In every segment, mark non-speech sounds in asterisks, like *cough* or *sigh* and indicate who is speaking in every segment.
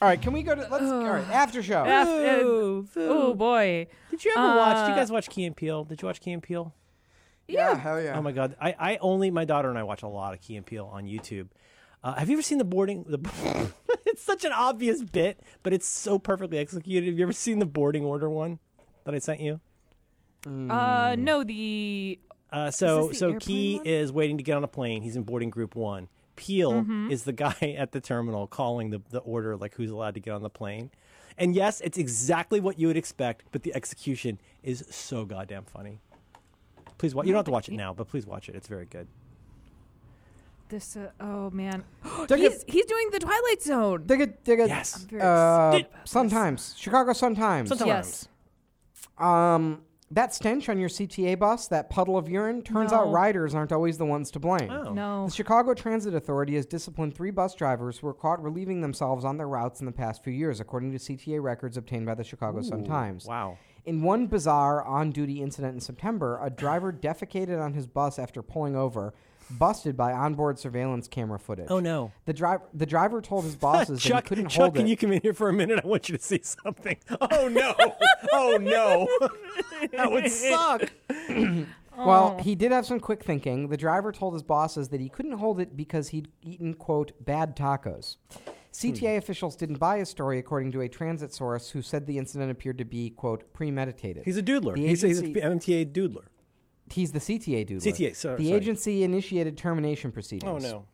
Speaker 1: All right, can we go to let's all right after show?
Speaker 2: After- oh boy.
Speaker 3: Did you ever watch? Do you guys watch Key and Peele? Did you watch Key and Peele?
Speaker 1: yeah, hell yeah.
Speaker 3: Oh my god! I, I only my daughter and I watch a lot of Key and Peele on YouTube. Uh, have you ever seen the boarding? The *laughs* it's such an obvious bit, but it's so perfectly executed. Have you ever seen the boarding order one that I sent you?
Speaker 2: Uh, no, the
Speaker 3: Uh, so
Speaker 2: the
Speaker 3: so
Speaker 2: airplane
Speaker 3: Key
Speaker 2: one?
Speaker 3: is waiting to get on a plane. He's in boarding group one. Peel
Speaker 2: Mm-hmm.
Speaker 3: is the guy *laughs* at the terminal calling the, the order, like who's allowed to get on the plane. And yes, it's exactly what you would expect, but the execution is so goddamn funny. Please watch. You don't have to watch it now, but please watch it. It's very good.
Speaker 2: this. Uh, oh man,
Speaker 1: Take a-
Speaker 2: he's he's doing the Twilight Zone.
Speaker 1: Dig it, dig it.
Speaker 3: Yes.
Speaker 2: Very
Speaker 1: Uh,
Speaker 3: Did-
Speaker 1: sometimes Chicago. Sometimes.
Speaker 3: Sometimes.
Speaker 2: yes.
Speaker 1: Um, that stench on your CTA bus, that puddle of urine. Turns out
Speaker 2: No.
Speaker 1: riders aren't always the ones to blame.
Speaker 3: Oh.
Speaker 2: No.
Speaker 1: The Chicago Transit Authority has disciplined three bus drivers who were caught relieving themselves on their routes in the past few years, according to CTA records obtained by the Chicago Sun-Times.
Speaker 3: Wow.
Speaker 1: In one bizarre on duty incident in September, a driver defecated on his bus after pulling over, busted by onboard surveillance camera footage.
Speaker 3: Oh, *laughs* no.
Speaker 1: The, dri- the driver told
Speaker 3: *laughs*
Speaker 1: his bosses that he
Speaker 3: Chuck,
Speaker 1: couldn't
Speaker 3: Chuck,
Speaker 1: hold
Speaker 3: can
Speaker 1: it.
Speaker 3: you come in here for a minute? I want you to see something. *laughs* Oh no! oh
Speaker 2: *laughs*
Speaker 3: no! that would suck.
Speaker 1: Well, he did have some quick thinking. The driver told his bosses that he couldn't hold it because he'd eaten, quote, bad tacos.
Speaker 3: Hmm.
Speaker 1: CTA officials didn't buy his story, according to a transit source who said the incident appeared to be, quote, premeditated.
Speaker 3: He's a doodler.
Speaker 1: The
Speaker 3: He's, a- he's an
Speaker 1: agency-
Speaker 3: MTA doodler.
Speaker 1: He's the CTA dude.
Speaker 3: CTA, sorry,
Speaker 1: The
Speaker 3: sorry.
Speaker 1: agency initiated termination proceedings.
Speaker 3: Oh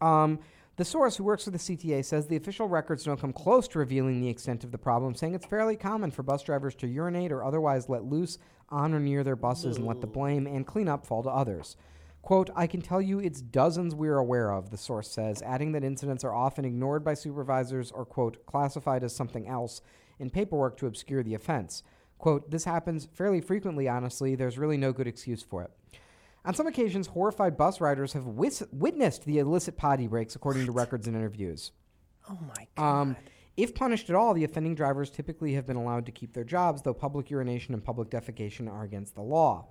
Speaker 3: no!
Speaker 1: Um, the source who works with the CTA says the official records don't come close to revealing the extent of the problem, saying it's fairly common for bus drivers to urinate or otherwise let loose on or near their buses and let the blame and cleanup fall to others. Quote, I can tell you it's dozens we're aware of, the source says, adding that incidents are often ignored by supervisors or, quote, classified as something else in paperwork to obscure the offense. Quote, this happens fairly frequently, honestly. There's really no good excuse for it. On some occasions, horrified bus riders have wis- witnessed the illicit potty breaks, according to records and interviews.
Speaker 3: Oh my god!
Speaker 1: Um, if punished at all, the offending drivers typically have been allowed to keep their jobs, though public urination and public defecation are against the law.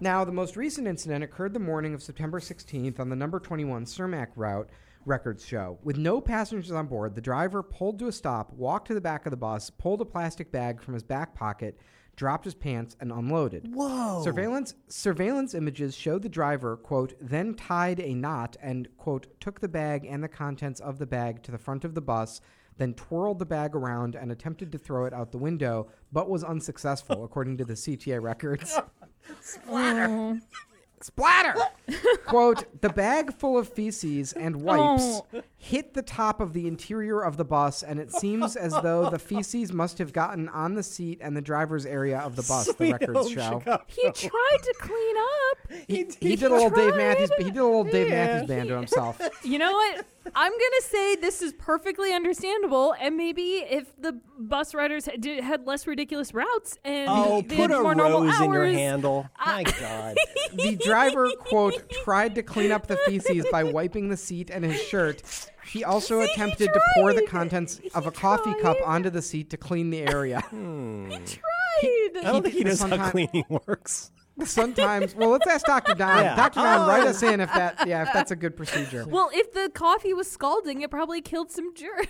Speaker 1: Now, the most recent incident occurred the morning of September 16th on the number 21 Cermak route, records show. With no passengers on board, the driver pulled to a stop, walked to the back of the bus, pulled a plastic bag from his back pocket, dropped his pants, and unloaded.
Speaker 3: Whoa!
Speaker 1: Surveillance surveillance images showed the driver, quote, then tied a knot and, quote, took the bag and the contents of the bag to the front of the bus, then twirled the bag around and attempted to throw it out the window, but was
Speaker 3: *laughs*
Speaker 1: unsuccessful, according to the CTA records. Splatter! *laughs* quote, the bag full of feces and wipes
Speaker 3: Oh.
Speaker 1: hit the top of the interior of the bus, and it seems as though
Speaker 3: *laughs*
Speaker 1: the feces must have gotten on the seat and the driver's area of the bus, the
Speaker 3: Sweet
Speaker 1: records
Speaker 3: home
Speaker 1: show.
Speaker 3: Chicago.
Speaker 2: he *laughs* tried to clean up.
Speaker 1: *laughs*
Speaker 3: He,
Speaker 1: He did a little Dave Matthews. He did a little Dave Matthews Band to
Speaker 2: *laughs*
Speaker 1: himself.
Speaker 2: You know what? I'm gonna say this is perfectly understandable, and maybe if the bus riders had, did, had less ridiculous routes and
Speaker 3: Oh,
Speaker 2: they
Speaker 3: put
Speaker 2: had
Speaker 3: a
Speaker 2: more normal
Speaker 3: rose in your
Speaker 2: hours- uh,
Speaker 3: handle. My
Speaker 2: *laughs*
Speaker 3: God!
Speaker 1: The driver quote tried to clean up the feces by wiping the seat and his shirt. He also
Speaker 2: See, he
Speaker 1: attempted to pour the
Speaker 2: tried.
Speaker 1: contents of
Speaker 2: He
Speaker 1: a coffee cup
Speaker 2: tried.
Speaker 1: onto the seat to clean the
Speaker 2: *laughs*
Speaker 1: area.
Speaker 2: He tried.
Speaker 3: I don't
Speaker 1: did
Speaker 3: think he
Speaker 1: this
Speaker 3: knows
Speaker 1: sometime-
Speaker 3: how cleaning works.
Speaker 1: Sometimes, well, let's ask Dr. Don.
Speaker 3: Yeah.
Speaker 1: Dr. Don,
Speaker 2: Oh.
Speaker 1: write us in if that, yeah, if that's a good
Speaker 2: *laughs*
Speaker 1: procedure.
Speaker 2: well, if the coffee was scalding, it probably killed some germs.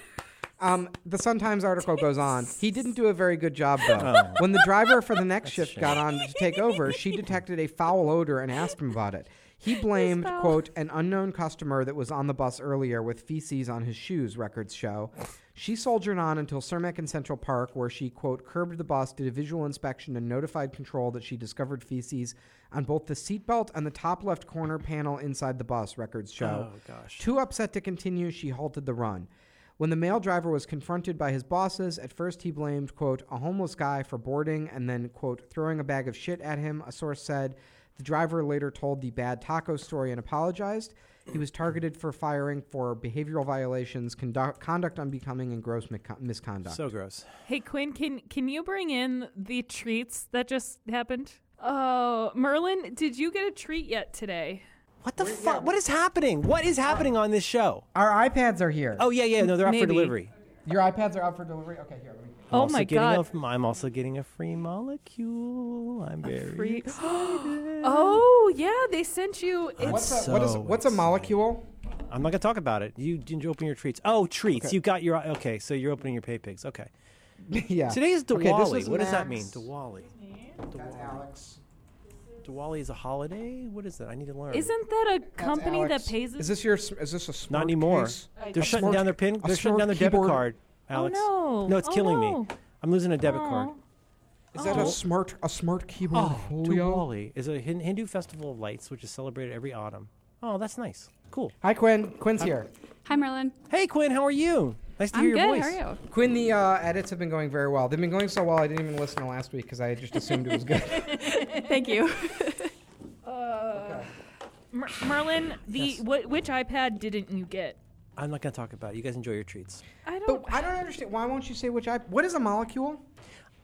Speaker 1: Um, the Sun Times article goes on. He didn't do a very good job, though.
Speaker 3: Oh.
Speaker 1: When the driver for the next shift got on to take over, she detected a foul odor and asked him about it. He blamed,
Speaker 2: foul.
Speaker 1: quote, an unknown customer that was on the bus earlier with feces on his shoes, records show. She soldiered on until Cermak in Central Park, where she, quote, curbed the bus, did a visual inspection, and notified control that she discovered feces on both the seatbelt and the top left corner panel inside the bus, records show.
Speaker 3: Oh, gosh.
Speaker 1: Too upset to continue, she halted the run. When the male driver was confronted by his bosses, at first he blamed, quote, a homeless guy for boarding and then, quote, throwing a bag of shit at him, a source said. The driver later told the bad taco story and apologized. He was targeted for firing for behavioral violations, conduct, conduct unbecoming, and gross mico- misconduct.
Speaker 3: So gross.
Speaker 2: *laughs* Hey Quinn, can can you bring in the treats that just happened? Oh, Merlin, did you get a treat yet today?
Speaker 3: What the fuck? What is happening? What is happening on this show?
Speaker 1: Our iPads are here.
Speaker 3: Oh yeah, yeah. No, they're out for
Speaker 2: Maybe.
Speaker 3: delivery.
Speaker 1: Your iPads are out for delivery? Okay, here. Let me...
Speaker 3: I'm
Speaker 2: oh
Speaker 3: also
Speaker 2: my
Speaker 3: getting
Speaker 2: god.
Speaker 3: a f- I'm also getting a free molecule. I'm very
Speaker 2: Free- *gasps* oh yeah, they sent you. It's
Speaker 1: What's, a, what is,
Speaker 3: so
Speaker 1: what's a molecule?
Speaker 3: exciting. I'm not going to talk about it. You didn't open your treats. Oh, treats.
Speaker 1: Okay.
Speaker 3: You got your okay. So you're opening your pay pigs. Okay.
Speaker 1: *laughs* yeah.
Speaker 3: Today is
Speaker 1: Okay, this
Speaker 3: Diwali.
Speaker 1: was
Speaker 3: what does that mean?
Speaker 1: Max.
Speaker 3: Diwali.
Speaker 1: That's Alex.
Speaker 3: Diwali is a holiday. What is that? I need to learn.
Speaker 2: Isn't that a
Speaker 1: That's
Speaker 2: company
Speaker 1: Alex.
Speaker 2: that pays?
Speaker 1: Is this your? sm- Is this a smart
Speaker 3: Not anymore.
Speaker 1: case?
Speaker 3: They're
Speaker 1: A
Speaker 3: shutting
Speaker 1: smart-
Speaker 3: down their pin.
Speaker 1: a
Speaker 3: They're shutting
Speaker 1: smart
Speaker 3: down their debit
Speaker 1: keyboard.
Speaker 3: card. Alex.
Speaker 2: no.
Speaker 3: No, it's
Speaker 2: Oh,
Speaker 3: killing
Speaker 2: no.
Speaker 3: me. I'm losing a
Speaker 4: Oh.
Speaker 3: debit card.
Speaker 2: Aw.
Speaker 1: Is that
Speaker 2: Oh.
Speaker 1: a smart? A smart keyboard?
Speaker 3: Oh,
Speaker 1: Julio?
Speaker 3: Diwali is a Hin- Hindu festival of lights, which is celebrated every autumn. Oh, that's nice. Cool.
Speaker 1: Hi, Quinn. Quinn's here.
Speaker 4: Hi, Merlin.
Speaker 3: Hey, Quinn, how are you? Nice to
Speaker 4: I'm
Speaker 3: hear
Speaker 4: good.
Speaker 3: your voice.
Speaker 4: How are you?
Speaker 1: Quinn, the uh, edits have been going very well. They've been going so well, I didn't even listen to last week because I just assumed it was
Speaker 2: *laughs*
Speaker 1: good. *laughs*
Speaker 4: Thank you.
Speaker 2: Uh, Mer- Merlin, the
Speaker 3: Yes.
Speaker 2: wh- which iPad didn't you get?
Speaker 3: I'm not going to talk about it. You guys enjoy your treats.
Speaker 2: I don't.
Speaker 1: But I don't understand. Why won't you say which I? What is a molecule?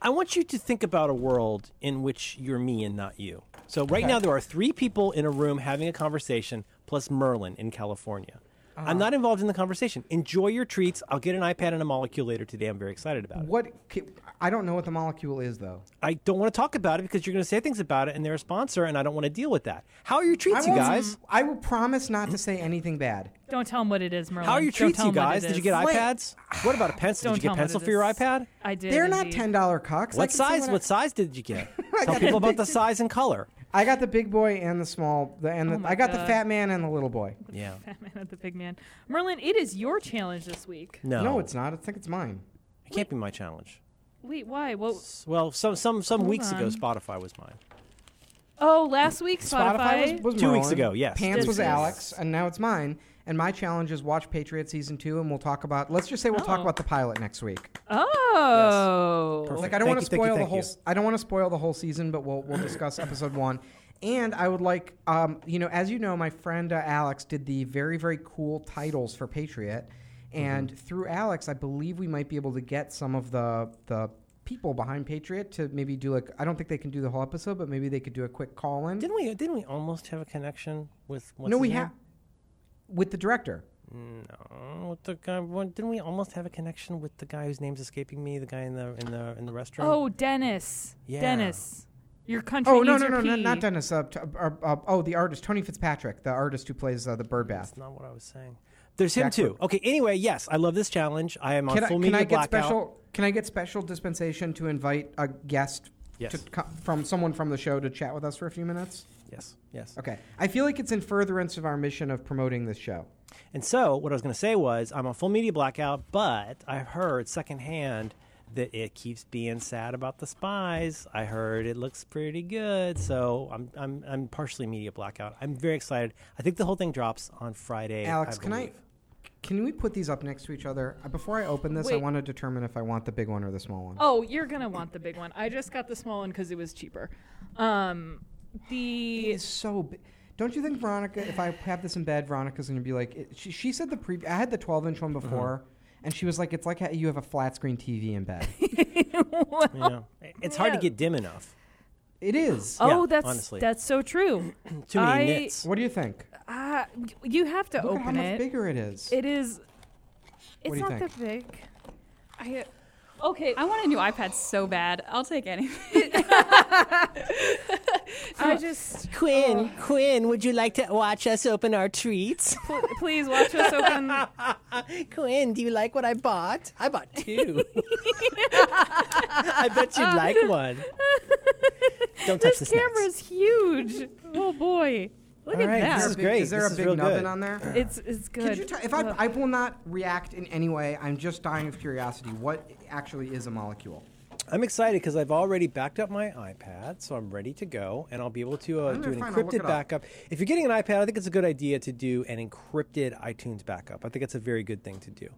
Speaker 3: I want you to think about a world in which you're me and not you. So right now there are three people in a room having a conversation, plus Merlin in California.
Speaker 1: Ah.
Speaker 3: I'm not involved in the conversation. Enjoy your treats. I'll get an iPad and a molecule later today. I'm very excited about it.
Speaker 1: What? ca- I don't know what the molecule is though.
Speaker 3: I don't want to talk about it because you're going to say things about it, and they're a sponsor, and I don't want to deal with that. How are your
Speaker 1: I
Speaker 3: treats, you
Speaker 1: won't-
Speaker 3: guys?
Speaker 1: I will promise not to say anything bad.
Speaker 2: Don't tell him what it is, Merlin.
Speaker 3: How are your
Speaker 2: Don't
Speaker 3: treats,
Speaker 2: tell
Speaker 3: you
Speaker 2: him what
Speaker 3: guys?
Speaker 2: it
Speaker 3: Did you
Speaker 2: is.
Speaker 3: get iPads? What about a pencil?
Speaker 2: Don't
Speaker 3: Did you
Speaker 2: tell
Speaker 3: get
Speaker 2: him what
Speaker 3: pencil
Speaker 2: it
Speaker 3: for your
Speaker 2: is.
Speaker 3: iPad?
Speaker 2: I *clears throat* did.
Speaker 1: They're not
Speaker 2: indeed. *laughs*
Speaker 1: ten dollar cocks. I
Speaker 3: What
Speaker 1: can say
Speaker 3: size?
Speaker 1: I-
Speaker 3: What size did you get? Tell
Speaker 1: got
Speaker 3: people
Speaker 2: *laughs*
Speaker 3: about the size and color.
Speaker 1: I got the big boy and the small. The, and the,
Speaker 2: Oh my
Speaker 1: I got the
Speaker 2: God.
Speaker 1: fat man and the little boy.
Speaker 3: Yeah.
Speaker 2: Fat man with the big man. Merlin, it is your challenge this week.
Speaker 3: No.
Speaker 1: No, it's not. I think it's mine.
Speaker 3: It can't be my challenge.
Speaker 2: Wait, why? Well,
Speaker 3: S- Well, some some some
Speaker 2: Hold
Speaker 3: weeks ago,
Speaker 2: on.
Speaker 3: Spotify was mine.
Speaker 2: oh, last week Spotify.
Speaker 1: was, was
Speaker 3: Two weeks
Speaker 1: Merlin.
Speaker 3: ago, yes.
Speaker 1: Pants
Speaker 2: This
Speaker 1: was
Speaker 2: is-
Speaker 1: Alex, and now it's mine. And my challenge is watch Patriot season two, and we'll talk about. Let's just say we'll talk
Speaker 2: Oh.
Speaker 1: about the pilot next week.
Speaker 2: oh,
Speaker 3: Perfect.
Speaker 1: Like I don't
Speaker 3: Thank
Speaker 1: want to
Speaker 3: you, thank you,
Speaker 1: spoil the
Speaker 3: thank
Speaker 1: whole.
Speaker 3: you.
Speaker 1: s- I don't want to spoil the whole season, but we'll we'll discuss episode one. And I would like, um, you know, as you know, my friend uh, Alex did the very very cool titles for Patriot, and
Speaker 3: Mm-hmm.
Speaker 1: through Alex, I believe we might be able to get some of the the people behind Patriot to maybe do like. I don't think they can do the whole episode, but maybe they could do a quick call in.
Speaker 3: Didn't we? Didn't we almost have a connection with? What's
Speaker 1: No,
Speaker 3: his
Speaker 1: we
Speaker 3: name?
Speaker 1: have with the director.
Speaker 3: No, with the guy. what- Didn't we almost have a connection with the guy whose name's escaping me? The guy in the in the in the restroom.
Speaker 2: oh, Dennis.
Speaker 3: Yeah.
Speaker 2: Dennis, your country.
Speaker 1: Oh no
Speaker 2: needs
Speaker 1: no no
Speaker 2: your
Speaker 1: no
Speaker 2: pee.
Speaker 1: not Dennis. Uh, t- uh, uh, oh, the artist Tony Fitzpatrick, the artist who plays uh, the Birdbath.
Speaker 3: That's not what I was saying. There's him
Speaker 1: Jack
Speaker 3: too. Okay. Anyway, yes, I love this challenge. I am on
Speaker 1: Can I,
Speaker 3: full
Speaker 1: can
Speaker 3: media
Speaker 1: I get
Speaker 3: blackout.
Speaker 1: special? Can I get special dispensation to invite a guest
Speaker 3: Yes.
Speaker 1: to co- from someone from the show to chat with us for a few minutes?
Speaker 3: Yes. Yes.
Speaker 1: Okay, I feel like it's in furtherance of our mission of promoting this show.
Speaker 3: And so, what I was going to say was, I'm on full media blackout, but I've heard secondhand that it keeps being sad about the spies. I heard it looks pretty good, so I'm I'm I'm partially media blackout. I'm very excited. I think the whole thing drops on Friday.
Speaker 1: Alex,
Speaker 3: I
Speaker 1: can I?
Speaker 3: believe.
Speaker 1: Can we put these up next to each other? Uh, Before I open this, I
Speaker 2: Wait.
Speaker 1: want to determine if I want the big one or the small one.
Speaker 2: Oh, you're gonna want the big one. I just got the small one because it was cheaper. Um, the
Speaker 1: It's so big. Don't you think Veronica? If I have this in bed, Veronica's gonna be like, it, she, she said the pre. I had the 12 inch
Speaker 3: Uh-huh.
Speaker 1: one before, and she was like, it's like how you have a flat screen TV in
Speaker 2: *laughs*
Speaker 1: bed.
Speaker 3: You
Speaker 1: *laughs*
Speaker 3: know, it's hard to
Speaker 2: no.
Speaker 3: get dim enough.
Speaker 1: it is.
Speaker 2: oh,
Speaker 3: Yeah,
Speaker 2: that's
Speaker 3: honestly.
Speaker 2: that's so true.
Speaker 3: Too many
Speaker 2: I-
Speaker 3: nits.
Speaker 1: What do you think?
Speaker 2: Uh, you have to
Speaker 1: Look at
Speaker 2: open
Speaker 1: how much
Speaker 2: it.
Speaker 1: bigger it is.
Speaker 2: It is.
Speaker 1: do
Speaker 2: It's
Speaker 1: you think?
Speaker 2: not that big. I. Okay,
Speaker 4: *laughs* *laughs* I want a new iPad so bad. I'll take
Speaker 1: *laughs*
Speaker 4: anything.
Speaker 2: *laughs* I just
Speaker 3: Quinn,
Speaker 1: Oh.
Speaker 3: Quinn, would you like to watch us open our treats?
Speaker 2: pl- please watch us
Speaker 1: *laughs*
Speaker 2: open.
Speaker 3: *laughs* Quinn, do you like what I bought? I bought two. *laughs* I bet you'd like *laughs* one. Don't touch
Speaker 2: This camera's huge. Oh boy, look
Speaker 3: All
Speaker 2: at
Speaker 3: right,
Speaker 1: Is there a
Speaker 2: that.
Speaker 3: this is
Speaker 1: big-
Speaker 3: great.
Speaker 1: Is there
Speaker 3: This
Speaker 1: a
Speaker 3: is
Speaker 1: big
Speaker 3: real
Speaker 1: nubbin
Speaker 3: good.
Speaker 1: on there?
Speaker 2: It's it's good.
Speaker 1: Could you t- if I,
Speaker 2: Look.
Speaker 1: I will not react in any way. I'm just dying of curiosity. What actually is a molecule?
Speaker 3: I'm excited because I've already backed up my iPad, so I'm ready to go, and I'll be able to uh,
Speaker 1: gonna
Speaker 3: do an
Speaker 1: find- I'll look it
Speaker 3: encrypted
Speaker 1: up.
Speaker 3: backup. If you're getting an iPad, I think it's a good idea to do an encrypted iTunes backup. I think it's a very good thing to do.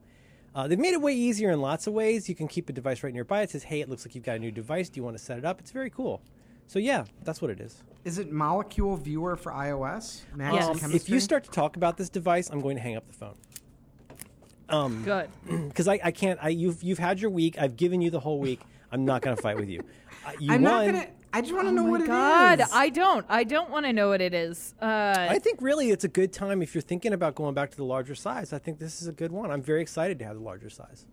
Speaker 3: Uh, they've made it way easier in lots of ways. You can keep a device right nearby. It says, "Hey, it looks like you've got a new device. Do you want to set it up?" It's very cool. So yeah, that's what it is.
Speaker 1: Is it molecule viewer for iOS? Max
Speaker 2: Yes.
Speaker 1: and
Speaker 2: Um, if you
Speaker 3: If
Speaker 1: chemistry?
Speaker 3: you start to talk about this device, I'm going to hang up the phone.
Speaker 2: good.
Speaker 3: because I, I can't. I you've you've had your week. I've given you the whole week. I'm not gonna fight with *laughs* you. Uh, you
Speaker 1: I'm not
Speaker 3: won.
Speaker 1: gonna. I just want to
Speaker 2: Oh
Speaker 1: know
Speaker 2: my
Speaker 1: what it is.
Speaker 2: God, I don't. I don't want to know what it is. Uh,
Speaker 3: I think really it's a good time if you're thinking about going back to the larger size. I think this is a good one. I'm very excited to have the larger size.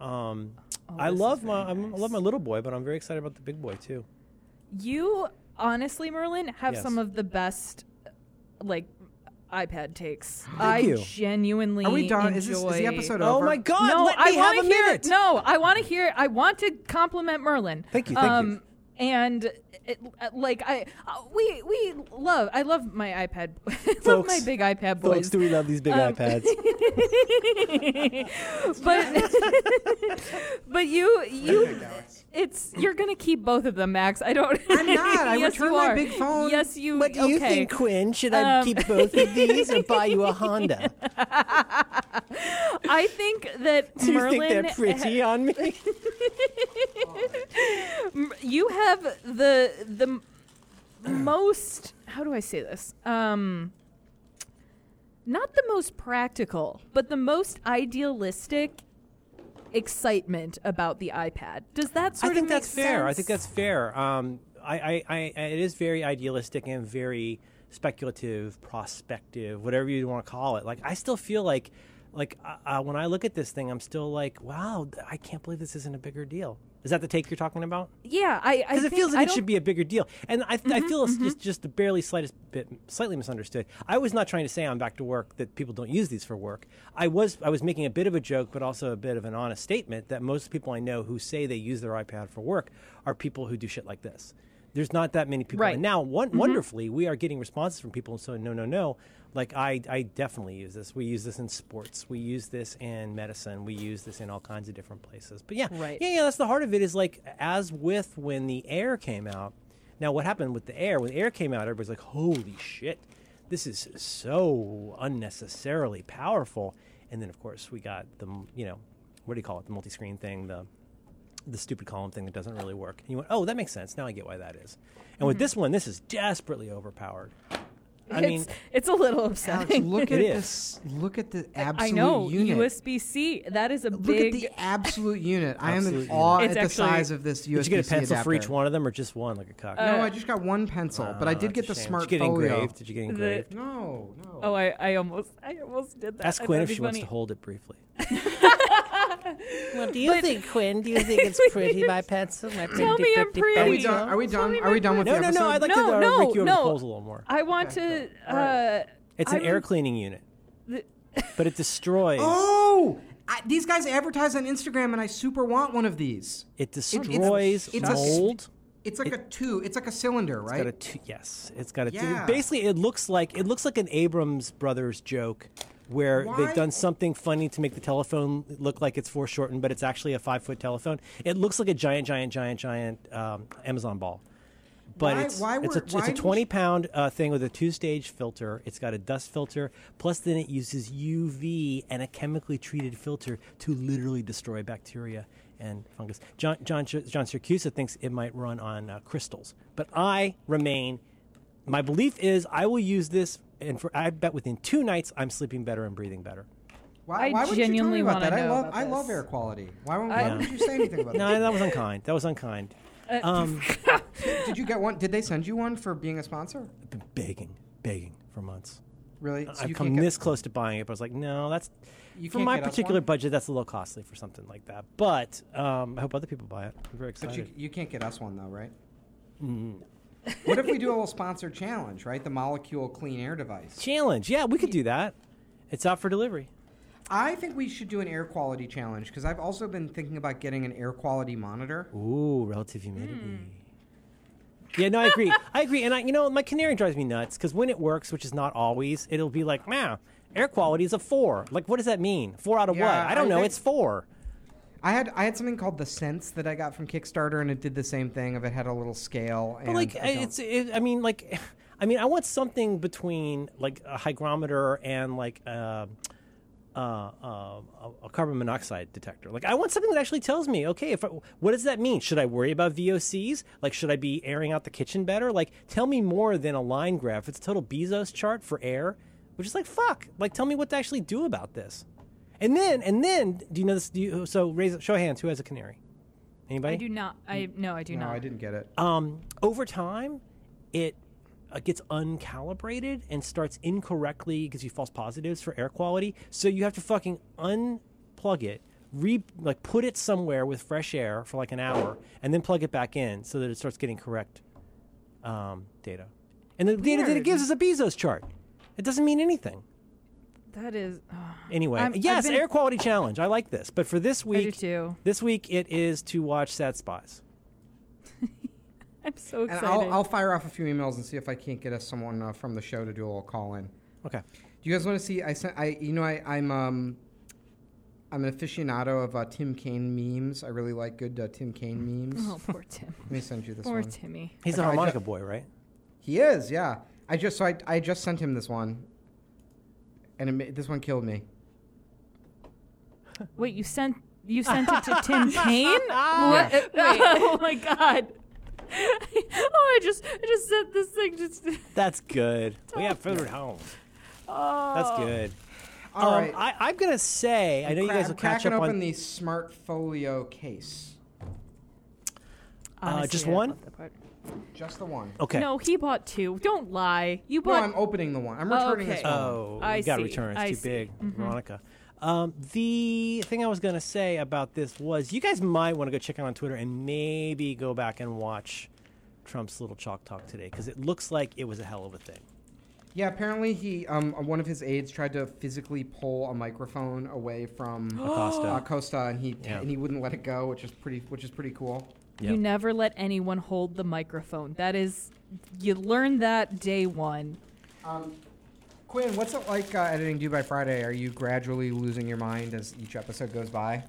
Speaker 3: Um, I
Speaker 2: this is
Speaker 3: love
Speaker 2: very
Speaker 3: my I'm, I love my little boy, but I'm very excited about the big boy too.
Speaker 2: you honestly, Merlin, have
Speaker 3: Yes.
Speaker 2: some of the best like iPad takes. I
Speaker 3: you.
Speaker 2: genuinely
Speaker 1: Are we done?
Speaker 2: Enjoy...
Speaker 1: Is, this, is the episode
Speaker 3: Oh
Speaker 1: over?
Speaker 3: my God!
Speaker 2: No,
Speaker 3: let
Speaker 2: I
Speaker 3: me have
Speaker 2: wanna
Speaker 3: a
Speaker 2: hear,
Speaker 3: minute.
Speaker 2: No, I want to hear. I want to compliment Merlin. Um,
Speaker 3: Thank you, thank you.
Speaker 2: And it, like I, uh, we we love. I love my iPad. *laughs* love my
Speaker 3: Folks,
Speaker 2: big iPad boys.
Speaker 3: Folks, do we love these big
Speaker 2: Um,
Speaker 3: iPads?
Speaker 2: *laughs*
Speaker 3: *laughs*
Speaker 2: but *laughs* but you you it's you're gonna keep both of them, Max. I don't.
Speaker 1: I'm not. I
Speaker 2: *laughs* yes,
Speaker 1: return
Speaker 2: you
Speaker 1: my
Speaker 2: are.
Speaker 1: big phone.
Speaker 2: Yes, you.
Speaker 3: What do you
Speaker 2: okay.
Speaker 3: think, Quinn? Should I
Speaker 2: Um,
Speaker 3: keep both of these or buy *laughs* you a Honda?
Speaker 2: I think that
Speaker 3: *laughs* Do you
Speaker 2: Merlin *laughs*
Speaker 3: think they're pretty on me?
Speaker 2: you have the the m- most how do i say this um not the most practical but the most idealistic excitement about the ipad does that sort
Speaker 3: I think
Speaker 2: of make
Speaker 3: that's fair. I
Speaker 2: sense?
Speaker 3: think that's fair. Um, I, I, I, I- it is very idealistic and very speculative, prospective, whatever you want to call it. Like I still feel like, like uh, uh, when I look at this thing, I'm still like, wow, th- I can't believe this isn't a bigger deal. Is that the take you're talking about?
Speaker 2: yeah i I
Speaker 3: Because it
Speaker 2: think-
Speaker 3: feels
Speaker 2: I
Speaker 3: like
Speaker 2: don't-
Speaker 3: it
Speaker 2: Mm-hmm,
Speaker 3: should be a bigger deal, and I, I feel it's just just the barely slightest bit slightly misunderstood. I was not trying to say on back to work that people don't use these for work. I was I was making a bit of a joke, but also a bit of an honest statement that most people I know who say they use their iPad for work are people who do shit like this. There's not that many people,
Speaker 2: Right. Mm-hmm.
Speaker 3: and now won- wonderfully we are getting responses from people. So no, no, no. Like I, I definitely use this. We use this in sports. We use this in medicine. We use this in all kinds of different places. But yeah,
Speaker 2: Right.
Speaker 3: yeah, yeah, that's the heart of it. Is like as with when the air came out. Now, what happened with the air? When the air came out, everybody's like, "Holy shit, this is so unnecessarily powerful." And then, of course, we got the m- you know, what do you call it? The multi-screen thing, the the stupid column thing that doesn't really work. And you went, "Oh, that makes sense. Now I get why that is." And
Speaker 2: Mm-hmm.
Speaker 3: with this one, this is desperately overpowered. I mean,
Speaker 2: it's, it's a little
Speaker 1: Alex,
Speaker 2: upsetting
Speaker 1: look at
Speaker 3: It
Speaker 1: this. Look at the absolute
Speaker 2: *laughs* i know
Speaker 1: unit.
Speaker 2: usb-c that is a
Speaker 1: look
Speaker 2: big
Speaker 1: at the absolute unit. I am
Speaker 3: Absolute
Speaker 1: in
Speaker 3: unit.
Speaker 1: awe
Speaker 2: It's
Speaker 1: at the
Speaker 2: actually-
Speaker 1: size of this USB
Speaker 3: did you get a pencil
Speaker 1: adapter.
Speaker 3: for each one of them, or just one, like a cock?
Speaker 1: No,
Speaker 2: Uh,
Speaker 1: I just got one pencil, but I
Speaker 3: Oh,
Speaker 1: did
Speaker 3: that's
Speaker 1: get
Speaker 3: a
Speaker 1: the
Speaker 3: shame.
Speaker 1: smart
Speaker 3: Did you get
Speaker 1: folio.
Speaker 3: engraved? Did you get engraved?
Speaker 1: No, no.
Speaker 2: oh I, I almost i almost did that
Speaker 3: Ask
Speaker 2: I
Speaker 3: Quinn
Speaker 2: thought
Speaker 3: if
Speaker 2: it'd
Speaker 3: she
Speaker 2: be
Speaker 3: wants
Speaker 2: funny.
Speaker 3: to hold it briefly.
Speaker 5: Well, do you think, Quinn? Do you think
Speaker 2: *laughs*
Speaker 5: it's pretty, my pencil? My
Speaker 2: Tell me I'm pretty.
Speaker 1: are we done? Are we done? Are we done with
Speaker 3: No,
Speaker 1: the
Speaker 3: no,
Speaker 1: episode?
Speaker 3: no. I'd like
Speaker 2: No,
Speaker 3: to uh,
Speaker 2: no,
Speaker 3: rake you over
Speaker 2: no.
Speaker 3: the coals a little more.
Speaker 2: i want to uh
Speaker 3: It's
Speaker 2: I
Speaker 3: an air
Speaker 2: would-
Speaker 3: cleaning unit,
Speaker 2: th-
Speaker 3: but it destroys.
Speaker 1: Oh, I, these guys advertise on Instagram, and I super want one of these.
Speaker 3: It destroys
Speaker 1: it's a-
Speaker 3: mold.
Speaker 1: It's like a two. It's like a cylinder,
Speaker 3: It's
Speaker 1: right?
Speaker 3: got a two, yes, it's got a two.
Speaker 1: Yeah.
Speaker 3: Basically, it looks like it looks like an Abrams Brothers joke, where
Speaker 1: Why-
Speaker 3: they've done something funny to make the telephone look like it's foreshortened, but it's actually a five foot telephone. It looks like a giant, giant, giant, giant um, Amazon ball. But
Speaker 1: Why-
Speaker 3: it's,
Speaker 1: why
Speaker 3: it's,
Speaker 1: were-
Speaker 3: a,
Speaker 1: why
Speaker 3: it's a
Speaker 1: did
Speaker 3: 20 pound uh, thing with a two stage filter. It's got a dust filter, plus, then it uses UV and a chemically treated filter to literally destroy bacteria and fungus. John, John, John Syracuse thinks it might run on uh, crystals, but I remain. My belief is I will use this, and for I bet within two nights I'm sleeping better and breathing better.
Speaker 1: why,
Speaker 2: I
Speaker 1: why would
Speaker 2: genuinely
Speaker 1: you tell me
Speaker 2: wanna
Speaker 1: about that? I
Speaker 2: know
Speaker 1: love
Speaker 2: about
Speaker 1: I love
Speaker 2: this.
Speaker 1: air quality. Why, why,
Speaker 2: I-
Speaker 1: wouldn't you say anything
Speaker 3: *laughs*
Speaker 1: about
Speaker 3: No,
Speaker 1: that?
Speaker 3: that was unkind. That was unkind. Um,
Speaker 1: Did you get one? Did they send you one for being a sponsor?
Speaker 3: I've been begging, begging for months.
Speaker 1: Really? So
Speaker 3: I've
Speaker 1: you
Speaker 3: come
Speaker 1: can't get-
Speaker 3: this close to buying it, but I was like, no, that's
Speaker 1: You
Speaker 3: for
Speaker 1: can't
Speaker 3: my
Speaker 1: get us
Speaker 3: particular
Speaker 1: one?
Speaker 3: budget. That's a little costly for something like that. But um, I hope other people buy it. I'm very
Speaker 1: But you,
Speaker 3: excited.
Speaker 1: you can't get us one though, right?
Speaker 3: Mm-hmm.
Speaker 1: what if we do a little sponsor challenge, right? The molecule clean air device.
Speaker 3: Challenge, yeah, we could do that. It's out for delivery.
Speaker 1: I think we should do an air quality challenge because I've also been thinking about getting an air quality monitor.
Speaker 3: Ooh, relative humidity. Hmm. Yeah, no,
Speaker 1: *laughs*
Speaker 3: I agree. I agree. And I, you know, my canary drives me nuts because when it works, which is not always, it'll be like, man, air quality is a four. Like, what does that mean? Four out of what?
Speaker 1: Yeah,
Speaker 3: I don't
Speaker 1: I
Speaker 3: know.
Speaker 1: think-
Speaker 3: It's four.
Speaker 1: I had I had something called the Sense that I got from Kickstarter, and it did the same thing. Of it had a little scale. And
Speaker 3: But like,
Speaker 1: I don't-
Speaker 3: it's. It, I mean, like, *laughs* I mean, I want something between like a hygrometer and like a, uh, uh, a carbon monoxide detector. Like, I want something that actually tells me, okay, if I, what does that mean? Should I worry about VOCs? Like, should I be airing out the kitchen better? Like, tell me more than a line graph. It's a total Bezos chart for air, which is like, fuck. Like, tell me what to actually do about this. And then, and then, do you know this? Do you, so, raise show of hands. Who has a canary? Anybody?
Speaker 2: I do not. I no, I do
Speaker 1: no,
Speaker 2: not.
Speaker 1: I didn't get it.
Speaker 3: um, over time, it uh, gets uncalibrated and starts incorrectly gives you false positives for air quality. So you have to fucking unplug it, re like put it somewhere with fresh air for like an hour, and then plug it back in so that it starts getting correct um, data. And the data that it
Speaker 2: Weird.
Speaker 3: gives is a Bezos chart. It doesn't mean anything.
Speaker 2: That is. Oh,
Speaker 3: Anyway,
Speaker 2: I'm- I've
Speaker 3: yes,
Speaker 2: been-
Speaker 3: air quality challenge. I like this, but for this
Speaker 2: I do
Speaker 3: week,
Speaker 2: too.
Speaker 3: this week it is to watch Sad Spies.
Speaker 2: I'm so
Speaker 1: And
Speaker 2: excited.
Speaker 1: I'll, I'll fire off a few emails and see if I can't get us someone uh, from the show to do a little call in.
Speaker 3: Okay,
Speaker 1: Do you guys want to see? I sent. I you know I I'm um I'm an aficionado of uh, Tim Kaine memes. I really like good uh, Tim Kaine memes.
Speaker 2: oh, poor Tim.
Speaker 1: Let me send you *laughs* this
Speaker 2: poor
Speaker 1: one.
Speaker 2: Timmy.
Speaker 3: he's
Speaker 1: Okay,
Speaker 3: a
Speaker 1: I
Speaker 3: harmonica
Speaker 1: ju-
Speaker 3: boy, right?
Speaker 1: He is, yeah. I just so I, I just sent him this one, and it, ma- this one killed me.
Speaker 2: Wait, you sent you sent it
Speaker 3: *laughs*
Speaker 2: to Tim Payne?
Speaker 1: Yeah.
Speaker 2: What? *laughs* oh my god. *laughs* oh, I just I just sent this thing just.
Speaker 3: That's good. We have food at home.
Speaker 2: Oh.
Speaker 3: That's good. Uh,
Speaker 1: All
Speaker 3: um,
Speaker 1: right.
Speaker 3: I, I'm gonna say I know you
Speaker 1: Cra-
Speaker 3: guys will catch
Speaker 1: cracking
Speaker 3: up
Speaker 1: open
Speaker 3: on
Speaker 1: the smart folio case.
Speaker 3: Uh, just
Speaker 2: I
Speaker 3: one?
Speaker 2: love that part.
Speaker 1: Just the one.
Speaker 3: Okay.
Speaker 2: No, he bought two. Don't lie. You
Speaker 1: No,
Speaker 2: bought.
Speaker 1: I'm opening the one. I'm returning this
Speaker 2: Okay.
Speaker 1: one.
Speaker 3: Oh,
Speaker 2: I
Speaker 3: you got
Speaker 2: see,
Speaker 3: returns
Speaker 2: I
Speaker 3: too
Speaker 2: see. Mm-hmm.
Speaker 3: big, Veronica. Um, the thing I was gonna say about this was you guys might want to go check out on Twitter and maybe go back and watch Trump's little chalk talk today because it looks like it was a hell of a thing.
Speaker 1: Yeah, apparently he, um, one of his aides tried to physically pull a microphone away from
Speaker 3: *gasps* Acosta.
Speaker 1: uh, Costa, and he
Speaker 3: Yeah.
Speaker 1: and he wouldn't let it go, which is pretty, which is pretty cool.
Speaker 3: Yeah.
Speaker 2: You never let anyone hold the microphone. That is, you learned that day one.
Speaker 1: Um, Quinn, what's it like uh, editing Due by Friday? Are you gradually losing your mind as each episode goes by?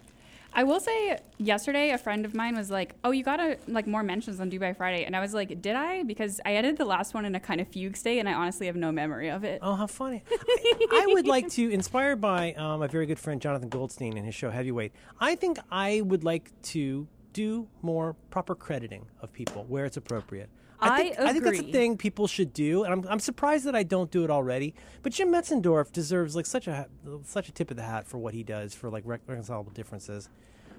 Speaker 4: I will say, yesterday a friend of mine was like, "Oh, you got a, like more mentions on Dubai Friday," and I was like, "Did I?" Because I edited the last one in a kind of fugue state, and I honestly have no memory of it.
Speaker 3: Oh, how funny! I, I would like to, inspired by um, my very good friend Jonathan Goldstein and his show Heavyweight. I think I would like to do more proper crediting of people where it's appropriate.
Speaker 2: I
Speaker 3: think, I think that's a
Speaker 2: agree.
Speaker 3: thing people should do, and I'm, I'm surprised that I don't do it already. But Jim Metzendorf deserves like such a ha- such a tip of the hat for what he does for like rec- reconcilable differences.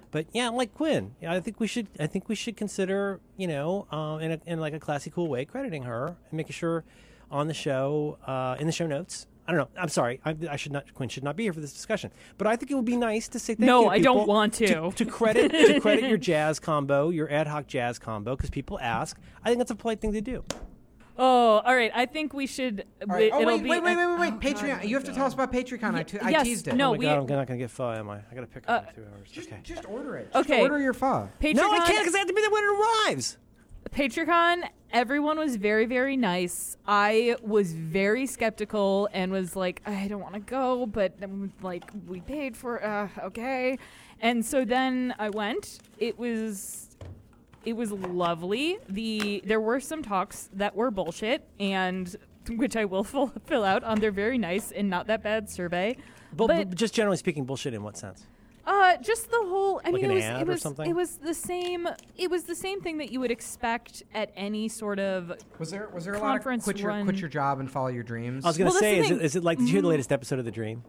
Speaker 3: But yeah, like Quinn, I think we should. I think we should consider, you know, um, in, a, in like a classy, cool way, crediting her and making sure on the show, uh, in the show notes. I don't know. I'm sorry. I, I should not. Quinn should not be here for this discussion. But I think it would be nice to say thank
Speaker 2: No,
Speaker 3: you,
Speaker 2: I don't
Speaker 3: people,
Speaker 2: want
Speaker 3: to.
Speaker 2: to.
Speaker 3: To credit to
Speaker 2: *laughs*
Speaker 3: credit your jazz combo, your ad hoc jazz combo, because people ask. I think that's a polite thing to do.
Speaker 2: Oh, all right. I think we should.
Speaker 1: All right. Oh
Speaker 2: it'll
Speaker 1: wait,
Speaker 2: be
Speaker 1: wait, wait,
Speaker 2: an-
Speaker 1: wait, wait, wait! Patreon. you have to tell us about Patreon. I, te- I
Speaker 2: yes,
Speaker 1: teased it.
Speaker 2: no.
Speaker 3: oh my
Speaker 2: we- Uh,
Speaker 3: god, I'm not gonna get pho, am I? I gotta pick up in two hours.
Speaker 1: Just,
Speaker 3: Okay.
Speaker 1: just order it. Just
Speaker 2: Okay.
Speaker 1: order your pho.
Speaker 2: Patreon,
Speaker 3: No, I can't because I have to be there when it arrives.
Speaker 2: Patreon, everyone was very, very nice. I was very skeptical and was like, I don't want to go, but um, like we paid for, uh, okay. And so then I went. It was, it was lovely. The there were some talks that were bullshit and *laughs* which I will fill, fill out on their very nice and not that bad survey.
Speaker 3: But,
Speaker 2: but
Speaker 3: but just generally speaking, bullshit in what sense?
Speaker 2: Uh, just the whole. I
Speaker 3: Like
Speaker 2: mean,
Speaker 3: an
Speaker 2: it was,
Speaker 3: ad
Speaker 2: it
Speaker 3: or
Speaker 2: was
Speaker 3: something?
Speaker 2: it was the same. It was the same thing that you would expect at any sort of.
Speaker 1: Was there was there a lot of
Speaker 2: Conference
Speaker 1: quit your
Speaker 2: run-
Speaker 1: quit your job and follow your dreams?
Speaker 3: I was gonna
Speaker 2: Well, that's the
Speaker 3: say, is it,
Speaker 2: thing. Mm-hmm.
Speaker 3: is it like did you hear the latest episode of The Dream?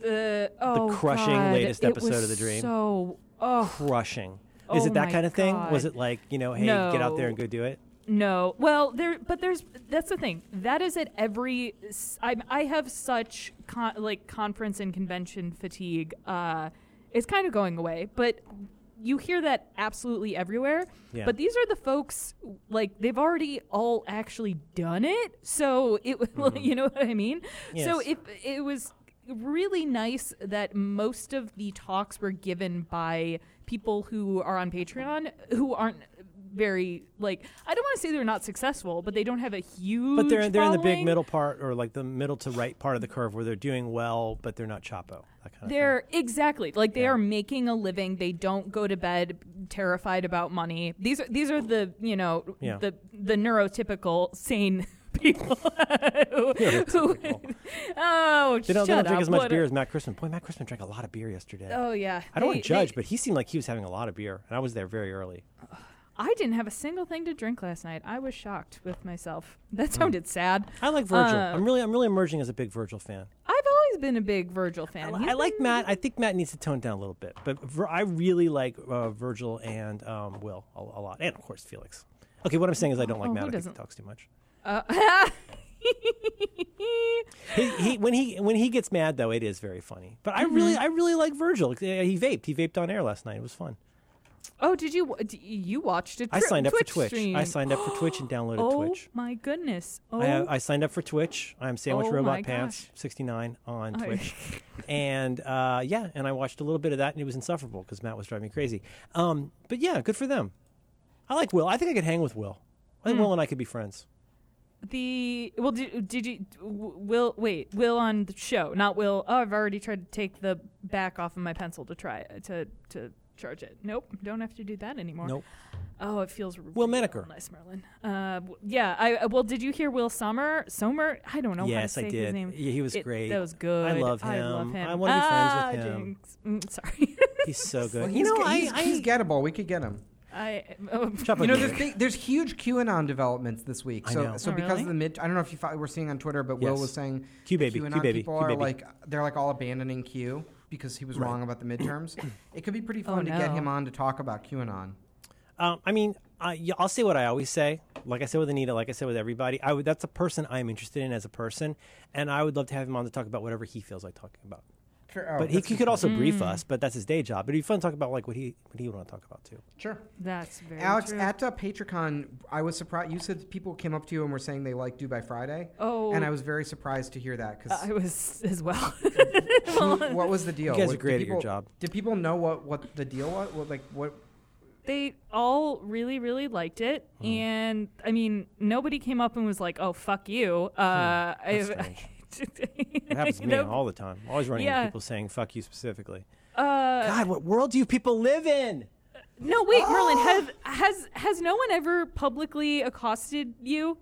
Speaker 2: The oh
Speaker 3: crushing
Speaker 2: God,
Speaker 3: latest
Speaker 2: it
Speaker 3: episode
Speaker 2: was
Speaker 3: of The Dream.
Speaker 2: So oh
Speaker 3: Crushing. Is
Speaker 2: Oh
Speaker 3: it that
Speaker 2: my
Speaker 3: kind of thing? Was
Speaker 2: God.
Speaker 3: it like you know, hey, get out there and
Speaker 2: No.
Speaker 3: go do it?
Speaker 2: no. Well, there, but there's that's the thing. That is at every. s- I'm, I have such con, like conference and convention fatigue. Uh, it's kind of going away, but you hear that absolutely everywhere.
Speaker 3: Yeah.
Speaker 2: But these are the folks like they've already all actually done it. So it, *laughs* you know what I mean. So
Speaker 3: Mm-hmm. Yes.
Speaker 2: it it was really nice that most of the talks were given by people who are on Patreon who aren't very like I don't want to say they're not successful, but they don't have a huge.
Speaker 3: But they're they're in the big
Speaker 2: following.
Speaker 3: middle part or like the middle to right part of the curve where they're doing well, but they're not Chapo. That kind of
Speaker 2: They're exactly like they are making a living. They don't go to bed terrified about money. These are these are the you know
Speaker 3: Yeah.
Speaker 2: the the neurotypical sane *laughs* people. who,
Speaker 3: Neurotypical.
Speaker 2: who- oh,
Speaker 3: thing. They don't,
Speaker 2: shut
Speaker 3: they don't drink
Speaker 2: up.
Speaker 3: as much
Speaker 2: What a-
Speaker 3: beer as Matt Crispin. Boy, Matt Crispin drank a lot of beer yesterday.
Speaker 2: Oh yeah.
Speaker 3: I don't
Speaker 2: They-
Speaker 3: want to judge,
Speaker 2: they-
Speaker 3: but he seemed like he was having a lot of beer, and I was there very early.
Speaker 2: I didn't have a single thing to drink last night. I was shocked with myself.
Speaker 3: Hmm.
Speaker 2: That sounded sad.
Speaker 3: I like Virgil.
Speaker 2: Uh,
Speaker 3: I'm really, I'm really emerging as a big Virgil fan.
Speaker 2: I've always been a big Virgil fan.
Speaker 3: I,
Speaker 2: He's
Speaker 3: I like
Speaker 2: been-
Speaker 3: Matt. I think Matt needs to tone it down a little bit, but Vir- I really like uh, Virgil and um, Will a, a lot, and of course Felix. Okay, what I'm saying is I don't like
Speaker 2: Oh,
Speaker 3: Matt. I
Speaker 2: who
Speaker 3: think he
Speaker 2: doesn't?
Speaker 3: talks too much.
Speaker 2: Uh,
Speaker 3: He, he, when he when he gets mad though, it
Speaker 2: Mm-hmm.
Speaker 3: is very funny. But I really I really like Virgil. Uh, He vaped. He vaped on air last night. It was fun.
Speaker 2: *laughs* Oh, did you w- d- you watched it?
Speaker 3: I signed up
Speaker 2: Twitch
Speaker 3: for Twitch.
Speaker 2: Stream.
Speaker 3: I signed up for Twitch and
Speaker 2: *gasps*
Speaker 3: downloaded
Speaker 2: Oh
Speaker 3: Twitch.
Speaker 2: my goodness! Oh,
Speaker 3: I, have, I signed up for Twitch. I'm Sandwich
Speaker 2: Oh my
Speaker 3: Robot Pants
Speaker 2: gosh.
Speaker 3: 69 on
Speaker 1: Oh,
Speaker 2: I-
Speaker 3: Twitch.
Speaker 1: *laughs*
Speaker 3: and uh, yeah, and I watched a little bit of that and it was insufferable because Matt was driving me crazy. Um, but yeah, good for them. I like Will. I think I could hang with Will.
Speaker 1: Hmm.
Speaker 3: I think Will and I could be friends.
Speaker 2: the well, did, did you w- will wait? Will on the show, not Will. Oh, I've already tried to take the back off of my pencil to try to to charge it. Nope, don't have to do that anymore.
Speaker 3: Nope.
Speaker 2: Oh, it feels
Speaker 3: Will Menaker.
Speaker 2: Nice, Merlin. Uh, w- yeah. I uh, well, did you hear Will Sommer? Somer? I don't know.
Speaker 3: yes,
Speaker 2: how
Speaker 3: I
Speaker 2: to say His
Speaker 3: did.
Speaker 2: name.
Speaker 3: Yeah, he was
Speaker 2: It-
Speaker 3: great.
Speaker 2: That was good.
Speaker 3: I love him.
Speaker 2: I love him.
Speaker 3: I wanna be friends with
Speaker 2: Ah,
Speaker 3: him.
Speaker 2: jinx. Mm, *laughs*
Speaker 3: *laughs*
Speaker 2: sorry.
Speaker 1: *laughs*
Speaker 3: He's so good.
Speaker 1: he's
Speaker 3: you know,
Speaker 1: ge-
Speaker 3: I,
Speaker 1: he's,
Speaker 3: I,
Speaker 1: he's gettable. We could get him.
Speaker 2: I. Oh,
Speaker 3: Chop
Speaker 1: You
Speaker 3: a
Speaker 1: know,
Speaker 3: dick.
Speaker 1: there's, big, there's huge QAnon developments this week.
Speaker 3: I
Speaker 1: So,
Speaker 3: know.
Speaker 1: so
Speaker 2: Oh,
Speaker 1: because
Speaker 2: really?
Speaker 1: of the mid, I don't know if you fo- were seeing on Twitter, but Will
Speaker 3: Yes.
Speaker 1: was saying
Speaker 3: Q baby,
Speaker 1: QAnon
Speaker 3: Q baby,
Speaker 1: people
Speaker 3: Q
Speaker 1: are
Speaker 3: baby.
Speaker 1: like they're like all abandoning Q because he was wrong about the
Speaker 3: *clears throat*
Speaker 1: midterms. it could be pretty fun to get
Speaker 2: Oh, no.
Speaker 1: him on to talk about QAnon.
Speaker 3: Um, I mean, I, yeah, I'll say what I always say. Like I said with Anita, like I said with everybody, I would, that's a person I'm interested in as a person, and I would love to have him on to talk about whatever he feels like talking about.
Speaker 1: Sure, oh,
Speaker 3: but he,
Speaker 1: that's
Speaker 3: he
Speaker 1: good
Speaker 3: could
Speaker 1: point.
Speaker 3: also brief us, but that's his day job. But it'd be fun to talk about like what he what he would want to talk about too.
Speaker 1: sure.
Speaker 2: That's very
Speaker 1: Alex
Speaker 2: true.
Speaker 1: at uh, Patricon, I was surprised. You said people came up to you and were saying they liked Do by Friday,
Speaker 2: oh, Uh,
Speaker 1: and I was very surprised to hear that
Speaker 2: I
Speaker 1: because
Speaker 2: was *laughs* as
Speaker 3: *laughs*
Speaker 2: well.
Speaker 1: what was the deal?
Speaker 3: You guys
Speaker 1: What-
Speaker 3: are great
Speaker 1: did
Speaker 3: at your
Speaker 1: people-
Speaker 3: job.
Speaker 1: Did people know what what the deal was? What, like what?
Speaker 2: they all really really liked it
Speaker 3: Hmm.
Speaker 2: and i mean nobody came up and was like oh fuck you uh
Speaker 3: Hmm. That's
Speaker 2: I, *laughs*
Speaker 3: It happens to me
Speaker 2: Nope.
Speaker 3: all the time. I'm always running
Speaker 2: Yeah.
Speaker 3: into people saying "fuck you" specifically.
Speaker 2: uh,
Speaker 3: God, what world do you people live in?
Speaker 2: no wait merlin has has has no one ever publicly accosted you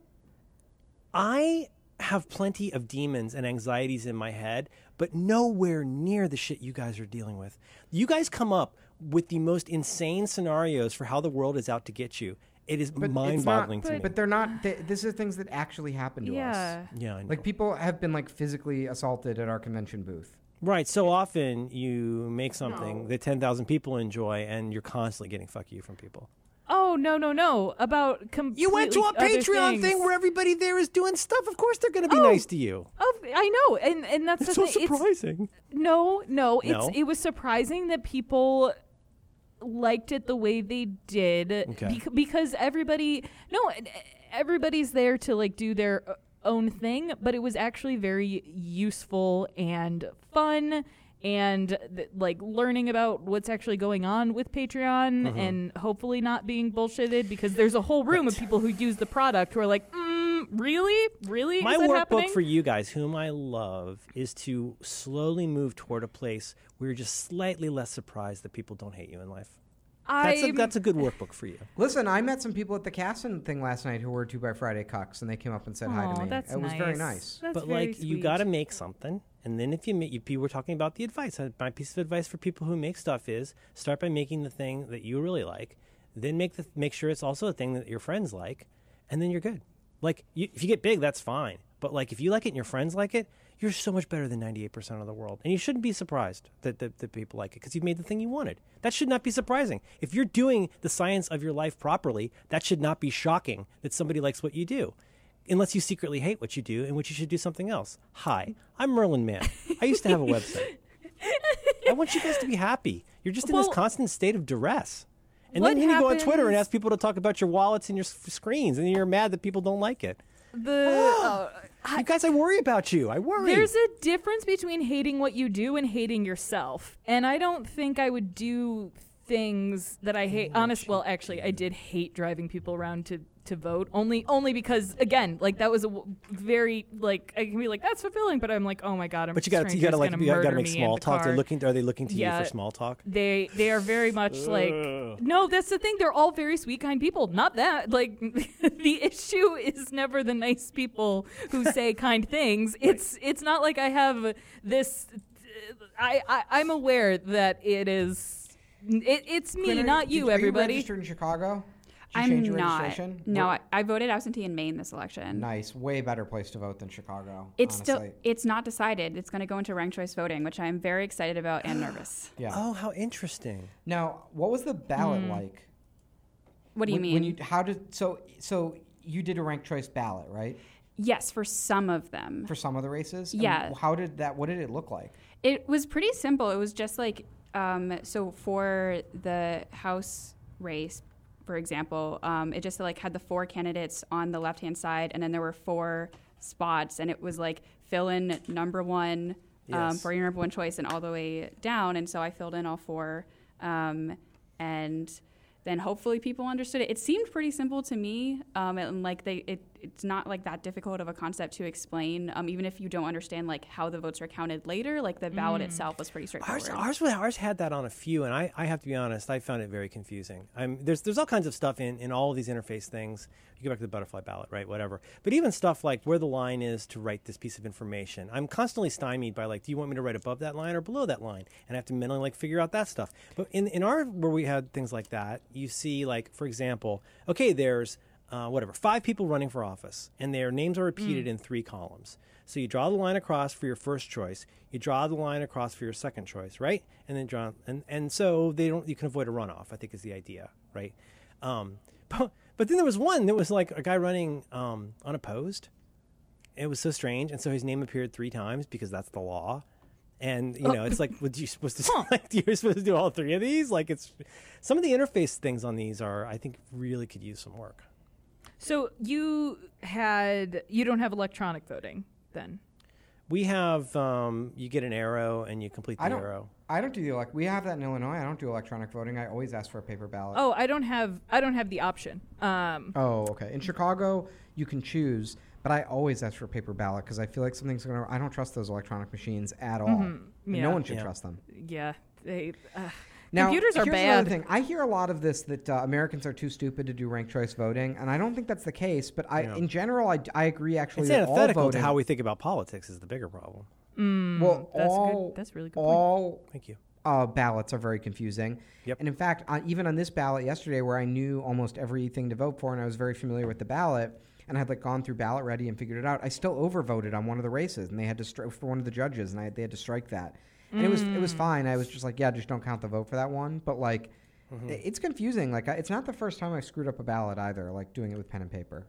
Speaker 3: I have plenty of demons and anxieties in my head, but nowhere near the shit you guys are dealing with. You guys come up with the most insane scenarios for how the world is out to get you. It is
Speaker 1: But it's not-
Speaker 3: mind-boggling to me.
Speaker 1: But they're not. They, this is things that actually happen to us.
Speaker 2: yeah
Speaker 3: yeah, I know.
Speaker 1: Like people have been like physically assaulted at our convention booth.
Speaker 3: Right. So often you make something that 10,000 people enjoy and you're constantly getting fuck you from people.
Speaker 2: oh no no no about completely
Speaker 3: You went to a
Speaker 2: other
Speaker 3: Patreon
Speaker 2: things.
Speaker 3: thing where everybody there is doing stuff. Of course they're going to be
Speaker 2: Oh.
Speaker 3: nice to you.
Speaker 2: Oh, I know, and and that's
Speaker 3: It's
Speaker 2: the
Speaker 3: so
Speaker 2: thing. It's-
Speaker 3: surprising.
Speaker 2: No, no, it's
Speaker 3: No?
Speaker 2: it was surprising that people liked it the way they did
Speaker 3: Okay.
Speaker 2: bec- because everybody no e- everybody's there to like do their uh, own thing but it was actually very useful and fun and th- like learning about what's actually going on with Patreon
Speaker 3: Mm-hmm.
Speaker 2: and hopefully not being bullshitted because there's a whole room of people who use the product who are like mm, really really
Speaker 3: My
Speaker 2: Is that
Speaker 3: workbook
Speaker 2: happening?
Speaker 3: for you guys, whom I love, is to slowly move toward a place where you're just slightly less surprised that people don't hate you in life. That's, a,
Speaker 2: I'm-
Speaker 3: that's a good workbook for you.
Speaker 1: Listen, I met some people at the Casson thing last night who were two by Friday cucks, and they came up and said hi to
Speaker 2: Aw,
Speaker 1: me.
Speaker 2: that's
Speaker 1: it was very
Speaker 2: nice.
Speaker 1: nice.
Speaker 2: That's
Speaker 3: but
Speaker 2: very
Speaker 3: like you
Speaker 2: sweet.
Speaker 3: got to make something and then if you make you people were talking about the advice Uh, my piece of advice for people who make stuff is start by making the thing that you really like then make the make sure it's also a thing that your friends like and then you're good like you, if you get big that's fine but like if you like it and your friends like it you're so much better than 98% of the world and you shouldn't be surprised that, that, that people like it because you've made the thing you wanted that should not be surprising if you're doing the science of your life properly that should not be shocking that somebody likes what you do unless you secretly hate what you do, in which you should do something else. Hi, I'm Merlin Mann. I used to have a website. I want you guys to be happy. You're just in
Speaker 2: Well,
Speaker 3: this constant state of duress. And
Speaker 2: what
Speaker 3: then you go on Twitter and
Speaker 2: happens-
Speaker 3: ask people to talk about your wallets and your s- screens, and you're mad that people don't like
Speaker 2: *gasps*
Speaker 3: it.
Speaker 2: the
Speaker 1: Oh,
Speaker 3: *gasps* you guys, I worry about you. I worry.
Speaker 2: Oh, There's a difference between hating what you do and hating yourself. And I don't think I would do things that I hate. Honest, well, actually, I did hate driving people around to to vote only only because again, like that was a w- very like I can be like that's fulfilling, but I'm like, oh my god, I'm
Speaker 3: but you got to you got to like you got to make small talk. They're looking. Are they looking to
Speaker 2: Yeah.
Speaker 3: you for small talk?
Speaker 2: They they are very much like no. That's the thing. They're all very sweet, kind people. Not that like *laughs* the issue is never the nice people who say kind things. It's it's not like I have this. I, I I'm aware that it is. It, it's me,
Speaker 1: Quinn, are-
Speaker 2: not
Speaker 1: did-
Speaker 2: you,
Speaker 1: Are you
Speaker 2: everybody.
Speaker 1: registered in Chicago? Did you
Speaker 4: I'm
Speaker 1: change your
Speaker 4: not.
Speaker 1: registration?
Speaker 4: No,
Speaker 1: Well,
Speaker 4: I, I voted absentee in Maine this election.
Speaker 1: nice. Way better place to vote than Chicago.
Speaker 4: It's
Speaker 1: honestly.
Speaker 4: still it's not decided. It's going to go into ranked choice voting, which I'm very excited about
Speaker 1: *gasps*
Speaker 4: and nervous.
Speaker 1: yeah.
Speaker 3: Oh, how interesting.
Speaker 1: Now, what was the ballot like?
Speaker 4: What do you
Speaker 1: When-
Speaker 4: mean?
Speaker 1: When you how did so so you did a ranked choice ballot right
Speaker 4: yes, for some of them.
Speaker 1: for some of the races? And
Speaker 4: Yeah.
Speaker 1: how did that? What did it look like?
Speaker 4: It was pretty simple. It was just like um, so for the House race, for example, um, it just like had the four candidates on the left hand side, and then there were four spots, and it was like fill in number one um,
Speaker 3: Yes.
Speaker 4: for your number one choice, and all the way down. And so I filled in all four, um, and then hopefully people understood it. It seemed pretty simple to me, um, and like they, it, it's not like that difficult of a concept to explain, um, even if you don't understand like how the votes are counted later. Like the ballot itself was pretty straightforward.
Speaker 3: Mm. Ours, ours, was- ours had that on a few, and I, I have to be honest, I found it very confusing. I'm, there's, there's all kinds of stuff in, in all of these interface things. You go back to the butterfly ballot, right? Whatever. But even stuff like where the line is to write this piece of information, I'm constantly stymied by like, do you want me to write above that line or below that line? And I have to mentally like figure out that stuff. But in, in our where we had things like that, you see like, for example, okay, there's uh, whatever, five people running for office, and their names are repeated in three columns. So you draw the line across for your first choice, you draw the line across for your second choice, right? And then draw, and, and so they don't, you can avoid a runoff, I think is the idea, right? Um, *laughs* but, but then there was one that was like a guy running um, unopposed. It was so strange, and so his name appeared three times because that's the law. And you know, it's like, would you supposed to *laughs* like you're supposed to do all three of these? Like, it's some of the interface things on these are, I think, really could use some work.
Speaker 2: So you had you don't have electronic voting then.
Speaker 3: We have um, you get an arrow and you complete the
Speaker 1: I don't.
Speaker 3: arrow.
Speaker 1: I don't do the elect. We have that in Illinois. I don't do electronic voting. I always ask for a paper ballot.
Speaker 2: Oh, I don't have I don't have the option. Um,
Speaker 1: Oh, okay. In Chicago, you can choose, but I always ask for a paper ballot because I feel like something's going to. I don't trust those electronic machines at all. And
Speaker 2: Mm-hmm. yeah.
Speaker 1: No one should
Speaker 3: Yeah.
Speaker 1: trust them.
Speaker 2: yeah, they uh,
Speaker 1: Now,
Speaker 2: computers are
Speaker 1: here's another
Speaker 2: bad.
Speaker 1: thing. I hear a lot of this that uh, Americans are too stupid to do ranked choice voting, and I don't think that's the case. But I, in general, I, I agree actually.
Speaker 3: It's
Speaker 1: that all
Speaker 3: antithetical to
Speaker 1: voting-
Speaker 3: how we think about politics is the bigger problem.
Speaker 1: well,
Speaker 2: Mm, that's a good-
Speaker 1: all
Speaker 2: that's a really good point.
Speaker 1: all
Speaker 3: Thank you.
Speaker 1: uh, ballots are very confusing.
Speaker 3: Yep.
Speaker 1: And in fact, uh, even on this ballot yesterday, where I knew almost everything to vote for and I was very familiar with the ballot, and I had like gone through ballot ready and figured it out, I still overvoted on one of the races, and they had to stri- for one of the judges, and I, they had to strike that. And it was it
Speaker 3: Mm.
Speaker 1: was fine. I was just like, yeah, just don't count the vote for that one. But like,
Speaker 3: Mm-hmm.
Speaker 1: i- it's confusing. Like, I, it's not the first time I screwed up a ballot either. Like doing it with pen and paper.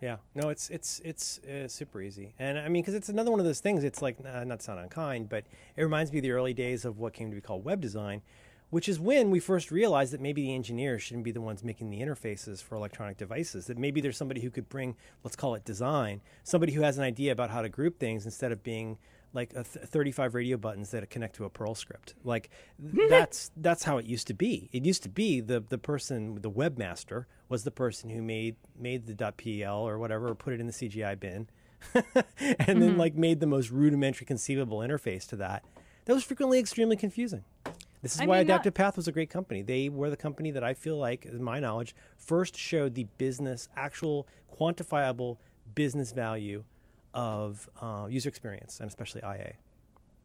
Speaker 3: Yeah, no, it's it's it's uh, super easy, and I mean, because it's another one of those things. It's like uh, not to sound unkind, but it reminds me of the early days of what came to be called web design, which is when we first realized that maybe the engineers shouldn't be the ones making the interfaces for electronic devices. That maybe there's somebody who could bring, let's call it design, somebody who has an idea about how to group things instead of being like a th- 35 radio buttons that connect to a Perl script. Like th- that's that's how it used to be. It used to be the the person, the webmaster, was the person who made made the .pl or whatever, or put it in the CGI bin, *laughs* and then like made the most rudimentary conceivable interface to that. That was frequently extremely confusing. This is
Speaker 2: I
Speaker 3: why
Speaker 2: mean, not-
Speaker 3: Adaptive Path was a great company. They were the company that I feel like, in my knowledge, first showed the business, actual quantifiable business value of uh, user experience and especially IA.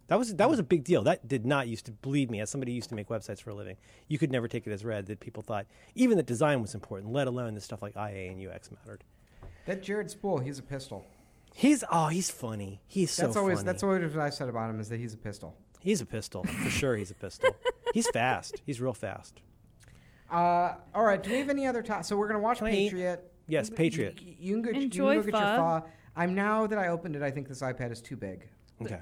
Speaker 3: That was that was a big deal. That did not used to believe me. As somebody who used to make websites for a living, you could never take it as read that people thought even that design was important, let alone that stuff like IA and UX mattered.
Speaker 1: That Jared Spool, he's a pistol.
Speaker 3: He's oh, he's funny. He's so
Speaker 1: that's always
Speaker 3: funny.
Speaker 1: that's always what I said about him is that he's a pistol.
Speaker 3: he's a pistol for sure. He's a pistol. he's fast. He's real fast.
Speaker 1: Uh, all right. Do we have any other time? So we're gonna watch
Speaker 3: Can I eat?
Speaker 1: Patriot. *laughs*
Speaker 3: Yes, Patriot.
Speaker 1: Y- You can go,
Speaker 2: Enjoy
Speaker 1: you can go get your
Speaker 2: pho.
Speaker 1: pho. I'm now that I opened it. I think this iPad is too big.
Speaker 3: Okay.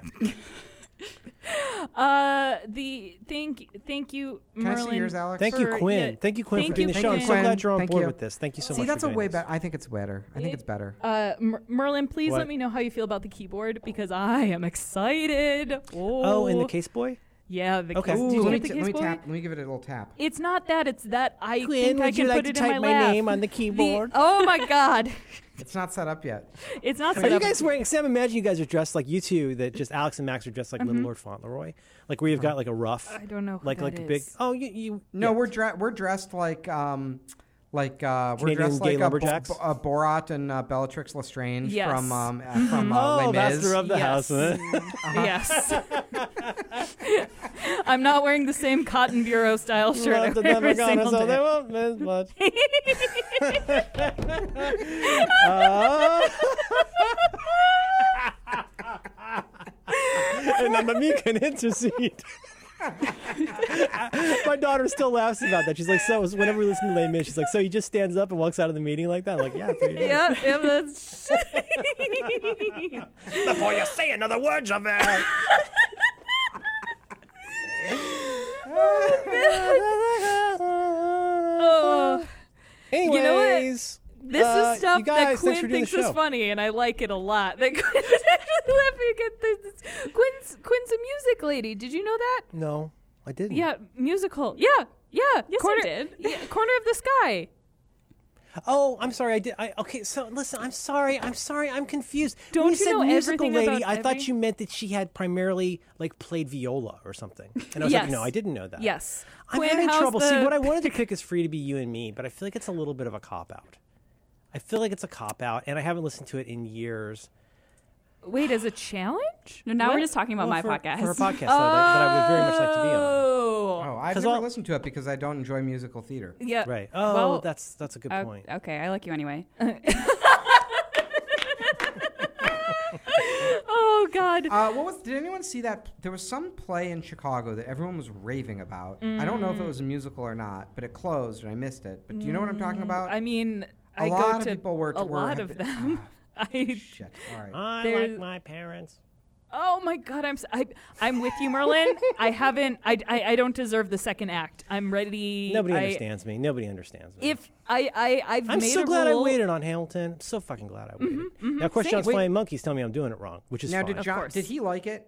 Speaker 2: uh, the thank thank you,
Speaker 1: Can
Speaker 2: Merlin.
Speaker 1: I see yours, Alex?
Speaker 3: Thank you,
Speaker 2: For-
Speaker 3: Quinn.
Speaker 2: yeah.
Speaker 3: Thank you, Quinn,
Speaker 2: Thank
Speaker 3: for doing
Speaker 2: you,
Speaker 3: the show. I'm so
Speaker 2: Quinn.
Speaker 3: glad you're on
Speaker 1: Thank
Speaker 3: board
Speaker 1: you.
Speaker 3: with this. Thank you so
Speaker 1: See,
Speaker 3: much.
Speaker 1: that's
Speaker 3: for
Speaker 1: a
Speaker 3: doing
Speaker 1: way
Speaker 3: this.
Speaker 1: better. I think it's better. I think it's better.
Speaker 2: Uh, Mer- Merlin, please
Speaker 3: What?
Speaker 2: let me know how you feel about the keyboard because I am excited. Oh,
Speaker 3: Oh, and the case boy.
Speaker 2: Yeah, the
Speaker 3: Okay.
Speaker 2: case.
Speaker 3: Ooh,
Speaker 2: Did you
Speaker 1: let me,
Speaker 2: get the
Speaker 1: t-
Speaker 2: case
Speaker 1: let me
Speaker 2: boy?
Speaker 1: tap. Let me give it a little
Speaker 2: *laughs*
Speaker 1: tap.
Speaker 2: It's not that. It's that I
Speaker 3: Quinn,
Speaker 2: think I
Speaker 3: would
Speaker 2: can
Speaker 3: you like
Speaker 2: put
Speaker 3: to
Speaker 2: it
Speaker 3: type
Speaker 2: in
Speaker 3: my
Speaker 2: my, lap.
Speaker 3: name on
Speaker 2: *laughs*
Speaker 3: the
Speaker 2: The-
Speaker 3: keyboard?
Speaker 2: oh my god,
Speaker 1: It's not set up yet.
Speaker 2: it's not.
Speaker 3: Are
Speaker 2: set
Speaker 3: you
Speaker 2: up.
Speaker 3: guys wearing? See, I'm imagining you guys are dressed like you two. That just Alex and Max are dressed like Little Lord Fauntleroy, like where you've got like a rough,
Speaker 2: Mm-hmm. I don't know. Who
Speaker 3: like
Speaker 2: that
Speaker 3: like a big.
Speaker 2: is.
Speaker 3: Oh, you you
Speaker 1: No,
Speaker 3: yeah.
Speaker 1: we're dre- we're dressed like um like uh, we're
Speaker 3: Canadian
Speaker 1: dressed
Speaker 3: gay
Speaker 1: like a,
Speaker 3: lumberjacks?
Speaker 1: Bo- a Borat and uh, Bellatrix Lestrange
Speaker 2: Yes. Mm-hmm.
Speaker 1: from um uh, from uh,
Speaker 3: oh
Speaker 1: Les Mis.
Speaker 3: master of the
Speaker 2: Yes.
Speaker 3: house. Huh?
Speaker 2: Yes.
Speaker 3: Uh-huh. *laughs*
Speaker 2: *laughs* I'm not wearing the same Cotton Bureau style shirt
Speaker 3: Love the
Speaker 2: every
Speaker 3: Demogorgon,
Speaker 2: single
Speaker 3: so they
Speaker 2: day.
Speaker 3: won't miss
Speaker 2: *laughs*
Speaker 3: much. Uh, Oh. and then Mami can intercede. My daughter still laughs about that. She's like, so whenever we listen to Les Mis, she's like, so he just stands up and walks out of the meeting like that. I'm like, yeah. that's what he does."
Speaker 2: Yeah, yeah, that's.
Speaker 3: *laughs*
Speaker 2: *laughs*
Speaker 3: Before you say another word, Javert.
Speaker 2: *laughs* oh
Speaker 3: Anyways,
Speaker 2: know what? This
Speaker 3: uh,
Speaker 2: is stuff
Speaker 3: you guys,
Speaker 2: that
Speaker 3: thanks for
Speaker 2: Quinn
Speaker 3: doing the
Speaker 2: thinks is
Speaker 3: show.
Speaker 2: funny, and I like it a lot. That *laughs* Quinn let me get this. Quinn's Quinn's a music lady. Did you know that?
Speaker 3: No, I didn't.
Speaker 2: Yeah, musical. Yeah, yeah. Yes,
Speaker 4: I
Speaker 2: corner,
Speaker 4: did.
Speaker 2: *laughs* yeah, corner of the sky.
Speaker 3: Oh, I'm sorry. I did. I, okay, so listen. I'm sorry. I'm sorry. I'm confused.
Speaker 2: Don't
Speaker 3: when
Speaker 2: you
Speaker 3: said
Speaker 2: know
Speaker 3: musical
Speaker 2: everything
Speaker 3: lady,
Speaker 2: about
Speaker 3: I thought
Speaker 2: every-
Speaker 3: you meant that she had primarily like played viola or something. And I was
Speaker 2: Yes.
Speaker 3: like, no, I didn't know that.
Speaker 2: Yes.
Speaker 3: I'm
Speaker 2: Quinn,
Speaker 3: having
Speaker 2: how's
Speaker 3: trouble.
Speaker 2: The,
Speaker 3: See, what I wanted to pick is free to be you and me, but I feel like it's a little bit of a cop out. I feel like it's a cop out, and I haven't listened to it in years.
Speaker 2: wait as a challenge?
Speaker 4: No, now
Speaker 2: What?
Speaker 4: we're just talking about my
Speaker 3: for,
Speaker 4: podcast.
Speaker 3: For a podcast that, I, that I would very much like to be on.
Speaker 2: Oh,
Speaker 1: Oh, I've
Speaker 3: 'Cause
Speaker 1: never
Speaker 3: all-
Speaker 1: listened to it because I don't enjoy musical theater.
Speaker 2: yeah.
Speaker 3: Right. Oh,
Speaker 2: Well,
Speaker 3: that's that's a good
Speaker 4: Uh,
Speaker 3: point.
Speaker 4: *laughs* okay, I like you anyway.
Speaker 2: Oh God.
Speaker 1: Uh, what was? Did anyone see that? There was some play in Chicago that everyone was raving about. I don't know
Speaker 3: Mm.
Speaker 1: if it was a musical or not, but it closed and I missed it. But do you know what I'm
Speaker 3: Mm,
Speaker 1: talking about?
Speaker 2: I mean,
Speaker 1: A
Speaker 2: I
Speaker 1: lot
Speaker 2: go
Speaker 1: of
Speaker 2: to
Speaker 1: people were-
Speaker 2: a
Speaker 1: were-
Speaker 2: lot
Speaker 1: have
Speaker 2: of
Speaker 1: been-
Speaker 2: them. *laughs* I
Speaker 1: Shit. All right.
Speaker 3: I
Speaker 2: there-
Speaker 3: like my parents.
Speaker 2: oh my God. I'm s- I, am i am with you, Merlin.
Speaker 3: *laughs*
Speaker 2: I haven't. I, I I don't deserve the second act. I'm ready.
Speaker 3: Nobody
Speaker 2: I-
Speaker 3: understands me. Nobody understands me.
Speaker 2: If I I I've
Speaker 3: I'm
Speaker 2: made
Speaker 3: so
Speaker 2: a
Speaker 3: glad I
Speaker 2: rule-
Speaker 3: waited on Hamilton. I'm so fucking glad I waited. now, of course, John's
Speaker 1: Mm-hmm, Wait.
Speaker 3: flying monkeys tell me I'm doing it wrong, which is
Speaker 1: now,
Speaker 3: fine.
Speaker 1: did John?
Speaker 2: course.
Speaker 1: Did he like it?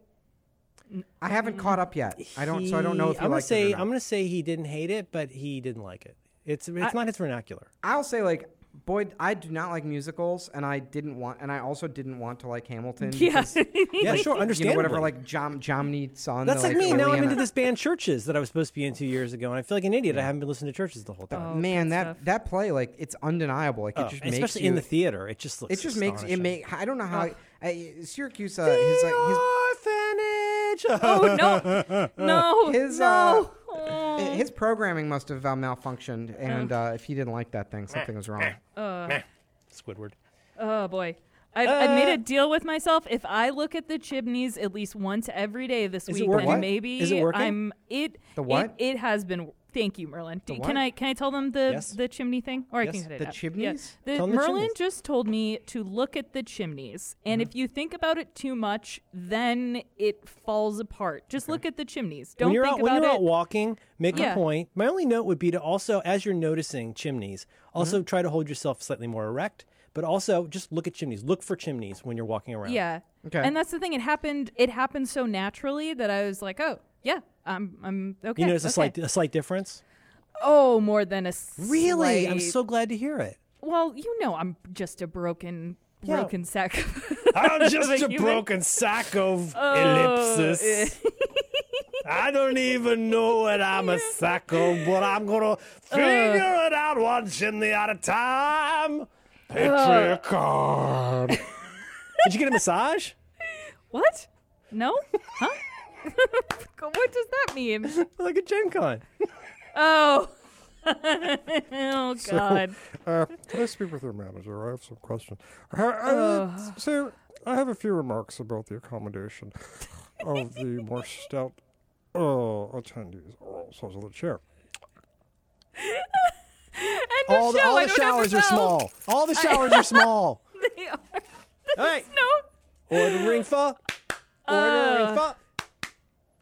Speaker 1: I haven't caught up yet. I don't. So I don't know if he
Speaker 3: He- I'm gonna
Speaker 1: liked
Speaker 3: say
Speaker 1: it. Or not.
Speaker 3: I'm gonna say he didn't hate it, but he didn't like it. It's it's not
Speaker 1: *laughs*
Speaker 3: his vernacular.
Speaker 1: I'll say like Boyd, I do not like musicals, and I didn't want, and I also didn't want to like Hamilton.
Speaker 2: Yeah.
Speaker 1: because,
Speaker 3: *laughs* Yeah, sure,
Speaker 1: You know,
Speaker 3: understandably.
Speaker 1: whatever, like Jom, Jomny song.
Speaker 3: That's
Speaker 1: the,
Speaker 3: like me.
Speaker 1: early
Speaker 3: Now I'm
Speaker 1: in
Speaker 3: into
Speaker 1: a-
Speaker 3: this band Churches that I was supposed to be into years ago, and I feel like an idiot. I haven't been listening to Churches the whole time.
Speaker 1: *laughs* Oh, Man,
Speaker 2: good
Speaker 1: that
Speaker 2: stuff.
Speaker 1: that play like it's undeniable. Like
Speaker 3: Oh,
Speaker 1: it just
Speaker 3: especially
Speaker 1: makes you,
Speaker 3: in the theater, it just looks.
Speaker 1: It just makes it
Speaker 3: astonishing.
Speaker 1: make. I don't know how I, Syracuse. Uh,
Speaker 3: The
Speaker 1: his like
Speaker 3: orphanage.
Speaker 2: Oh no, no,
Speaker 1: His,
Speaker 2: no.
Speaker 3: uh,
Speaker 1: his eh, his programming must have uh, malfunctioned, and uh, if he didn't like that thing, something was
Speaker 3: *laughs*
Speaker 1: wrong.
Speaker 3: *laughs* Squidward.
Speaker 2: Oh boy. I've, I've made
Speaker 3: Uh.
Speaker 2: a deal with myself. If I look at the chimneys at least once every day this
Speaker 3: Is it
Speaker 2: week,
Speaker 3: working?
Speaker 2: then
Speaker 3: What?
Speaker 2: maybe
Speaker 3: Is it working?
Speaker 2: I'm it.
Speaker 1: The what?
Speaker 2: It, it has been. Thank you, Merlin. D-
Speaker 1: what?
Speaker 2: Can I can I tell them the
Speaker 3: Yes.
Speaker 2: the chimney thing, or I can
Speaker 3: Yes.
Speaker 2: cut it
Speaker 1: The
Speaker 2: out.
Speaker 1: chimneys?
Speaker 2: Yeah. The-
Speaker 3: Tell 'em the
Speaker 2: Merlin
Speaker 3: chimneys. Mm-hmm.
Speaker 2: just told me to look at the chimneys, and if you think about it too much, then it falls apart. Just look at the chimneys. Don't
Speaker 3: when you're
Speaker 2: think
Speaker 3: out,
Speaker 2: about
Speaker 3: when you're
Speaker 2: it.
Speaker 3: out walking, make
Speaker 2: Yeah.
Speaker 3: a point. My only note would be to also, as you're noticing chimneys, also try to hold yourself slightly more erect, but also just look at chimneys. Look for chimneys when you're walking around.
Speaker 2: Yeah.
Speaker 1: Okay.
Speaker 2: And that's the thing. It happened. It happened so naturally that I was like, oh yeah, I'm I'm okay.
Speaker 3: You notice a
Speaker 2: okay.
Speaker 3: slight a slight difference.
Speaker 2: Oh, more than a
Speaker 3: Really, I'm
Speaker 2: slight-
Speaker 3: so glad to hear it.
Speaker 2: well. You know, I'm just a broken,
Speaker 3: Yeah.
Speaker 2: broken sack. *laughs*
Speaker 3: I'm just
Speaker 2: a human. broken *laughs*
Speaker 3: sack of
Speaker 2: Oh, ellipsis.
Speaker 3: *laughs* I don't even know what I'm a sack of, but I'm
Speaker 2: Uh.
Speaker 3: gonna figure it out one chimney at a time. Picture card.
Speaker 2: Uh.
Speaker 3: *laughs* Did you get a massage?
Speaker 2: what? No? Huh? *laughs* what does that mean?
Speaker 3: Like a Gen Con.
Speaker 2: Oh. *laughs* oh God.
Speaker 6: Uh, can I speak with your manager? I have some questions. Uh, uh, so, I have a few remarks about the accommodation of the more stout uh, attendees. Oh, so is the chair.
Speaker 2: End of
Speaker 3: All the,
Speaker 2: show.
Speaker 3: all
Speaker 2: I
Speaker 3: the
Speaker 2: don't have
Speaker 3: showers
Speaker 2: to
Speaker 3: are
Speaker 2: tell.
Speaker 3: small. All the
Speaker 2: *laughs*
Speaker 3: showers are small.
Speaker 2: They are. *laughs*
Speaker 3: All right.
Speaker 2: No.
Speaker 3: Ordering fa.
Speaker 2: Uh.
Speaker 3: Ordering fa.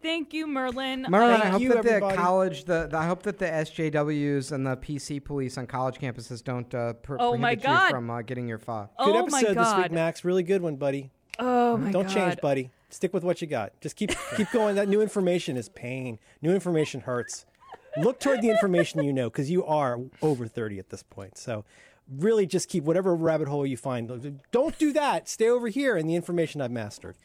Speaker 2: Thank you, Merlin.
Speaker 1: Merlin,
Speaker 3: Thank
Speaker 1: I hope
Speaker 3: you,
Speaker 1: that
Speaker 3: everybody.
Speaker 1: the college, the, the I hope that the SJWs and the PC police on college campuses don't uh, pr-
Speaker 2: Oh
Speaker 1: prohibit
Speaker 2: my
Speaker 1: you
Speaker 2: God.
Speaker 1: from uh, getting your fa.
Speaker 2: oh
Speaker 3: Good episode
Speaker 2: my God.
Speaker 3: this week, Max. Really good one, buddy.
Speaker 2: Oh my
Speaker 3: Don't
Speaker 2: God.
Speaker 3: change, buddy. Stick with what you got. Just
Speaker 2: *laughs*
Speaker 3: keep keep going. That new information is pain. New information hurts. Look toward the information you know because you are over 30 at this point. So really just keep whatever rabbit hole you find. Don't do that. Stay over here in the information I've mastered.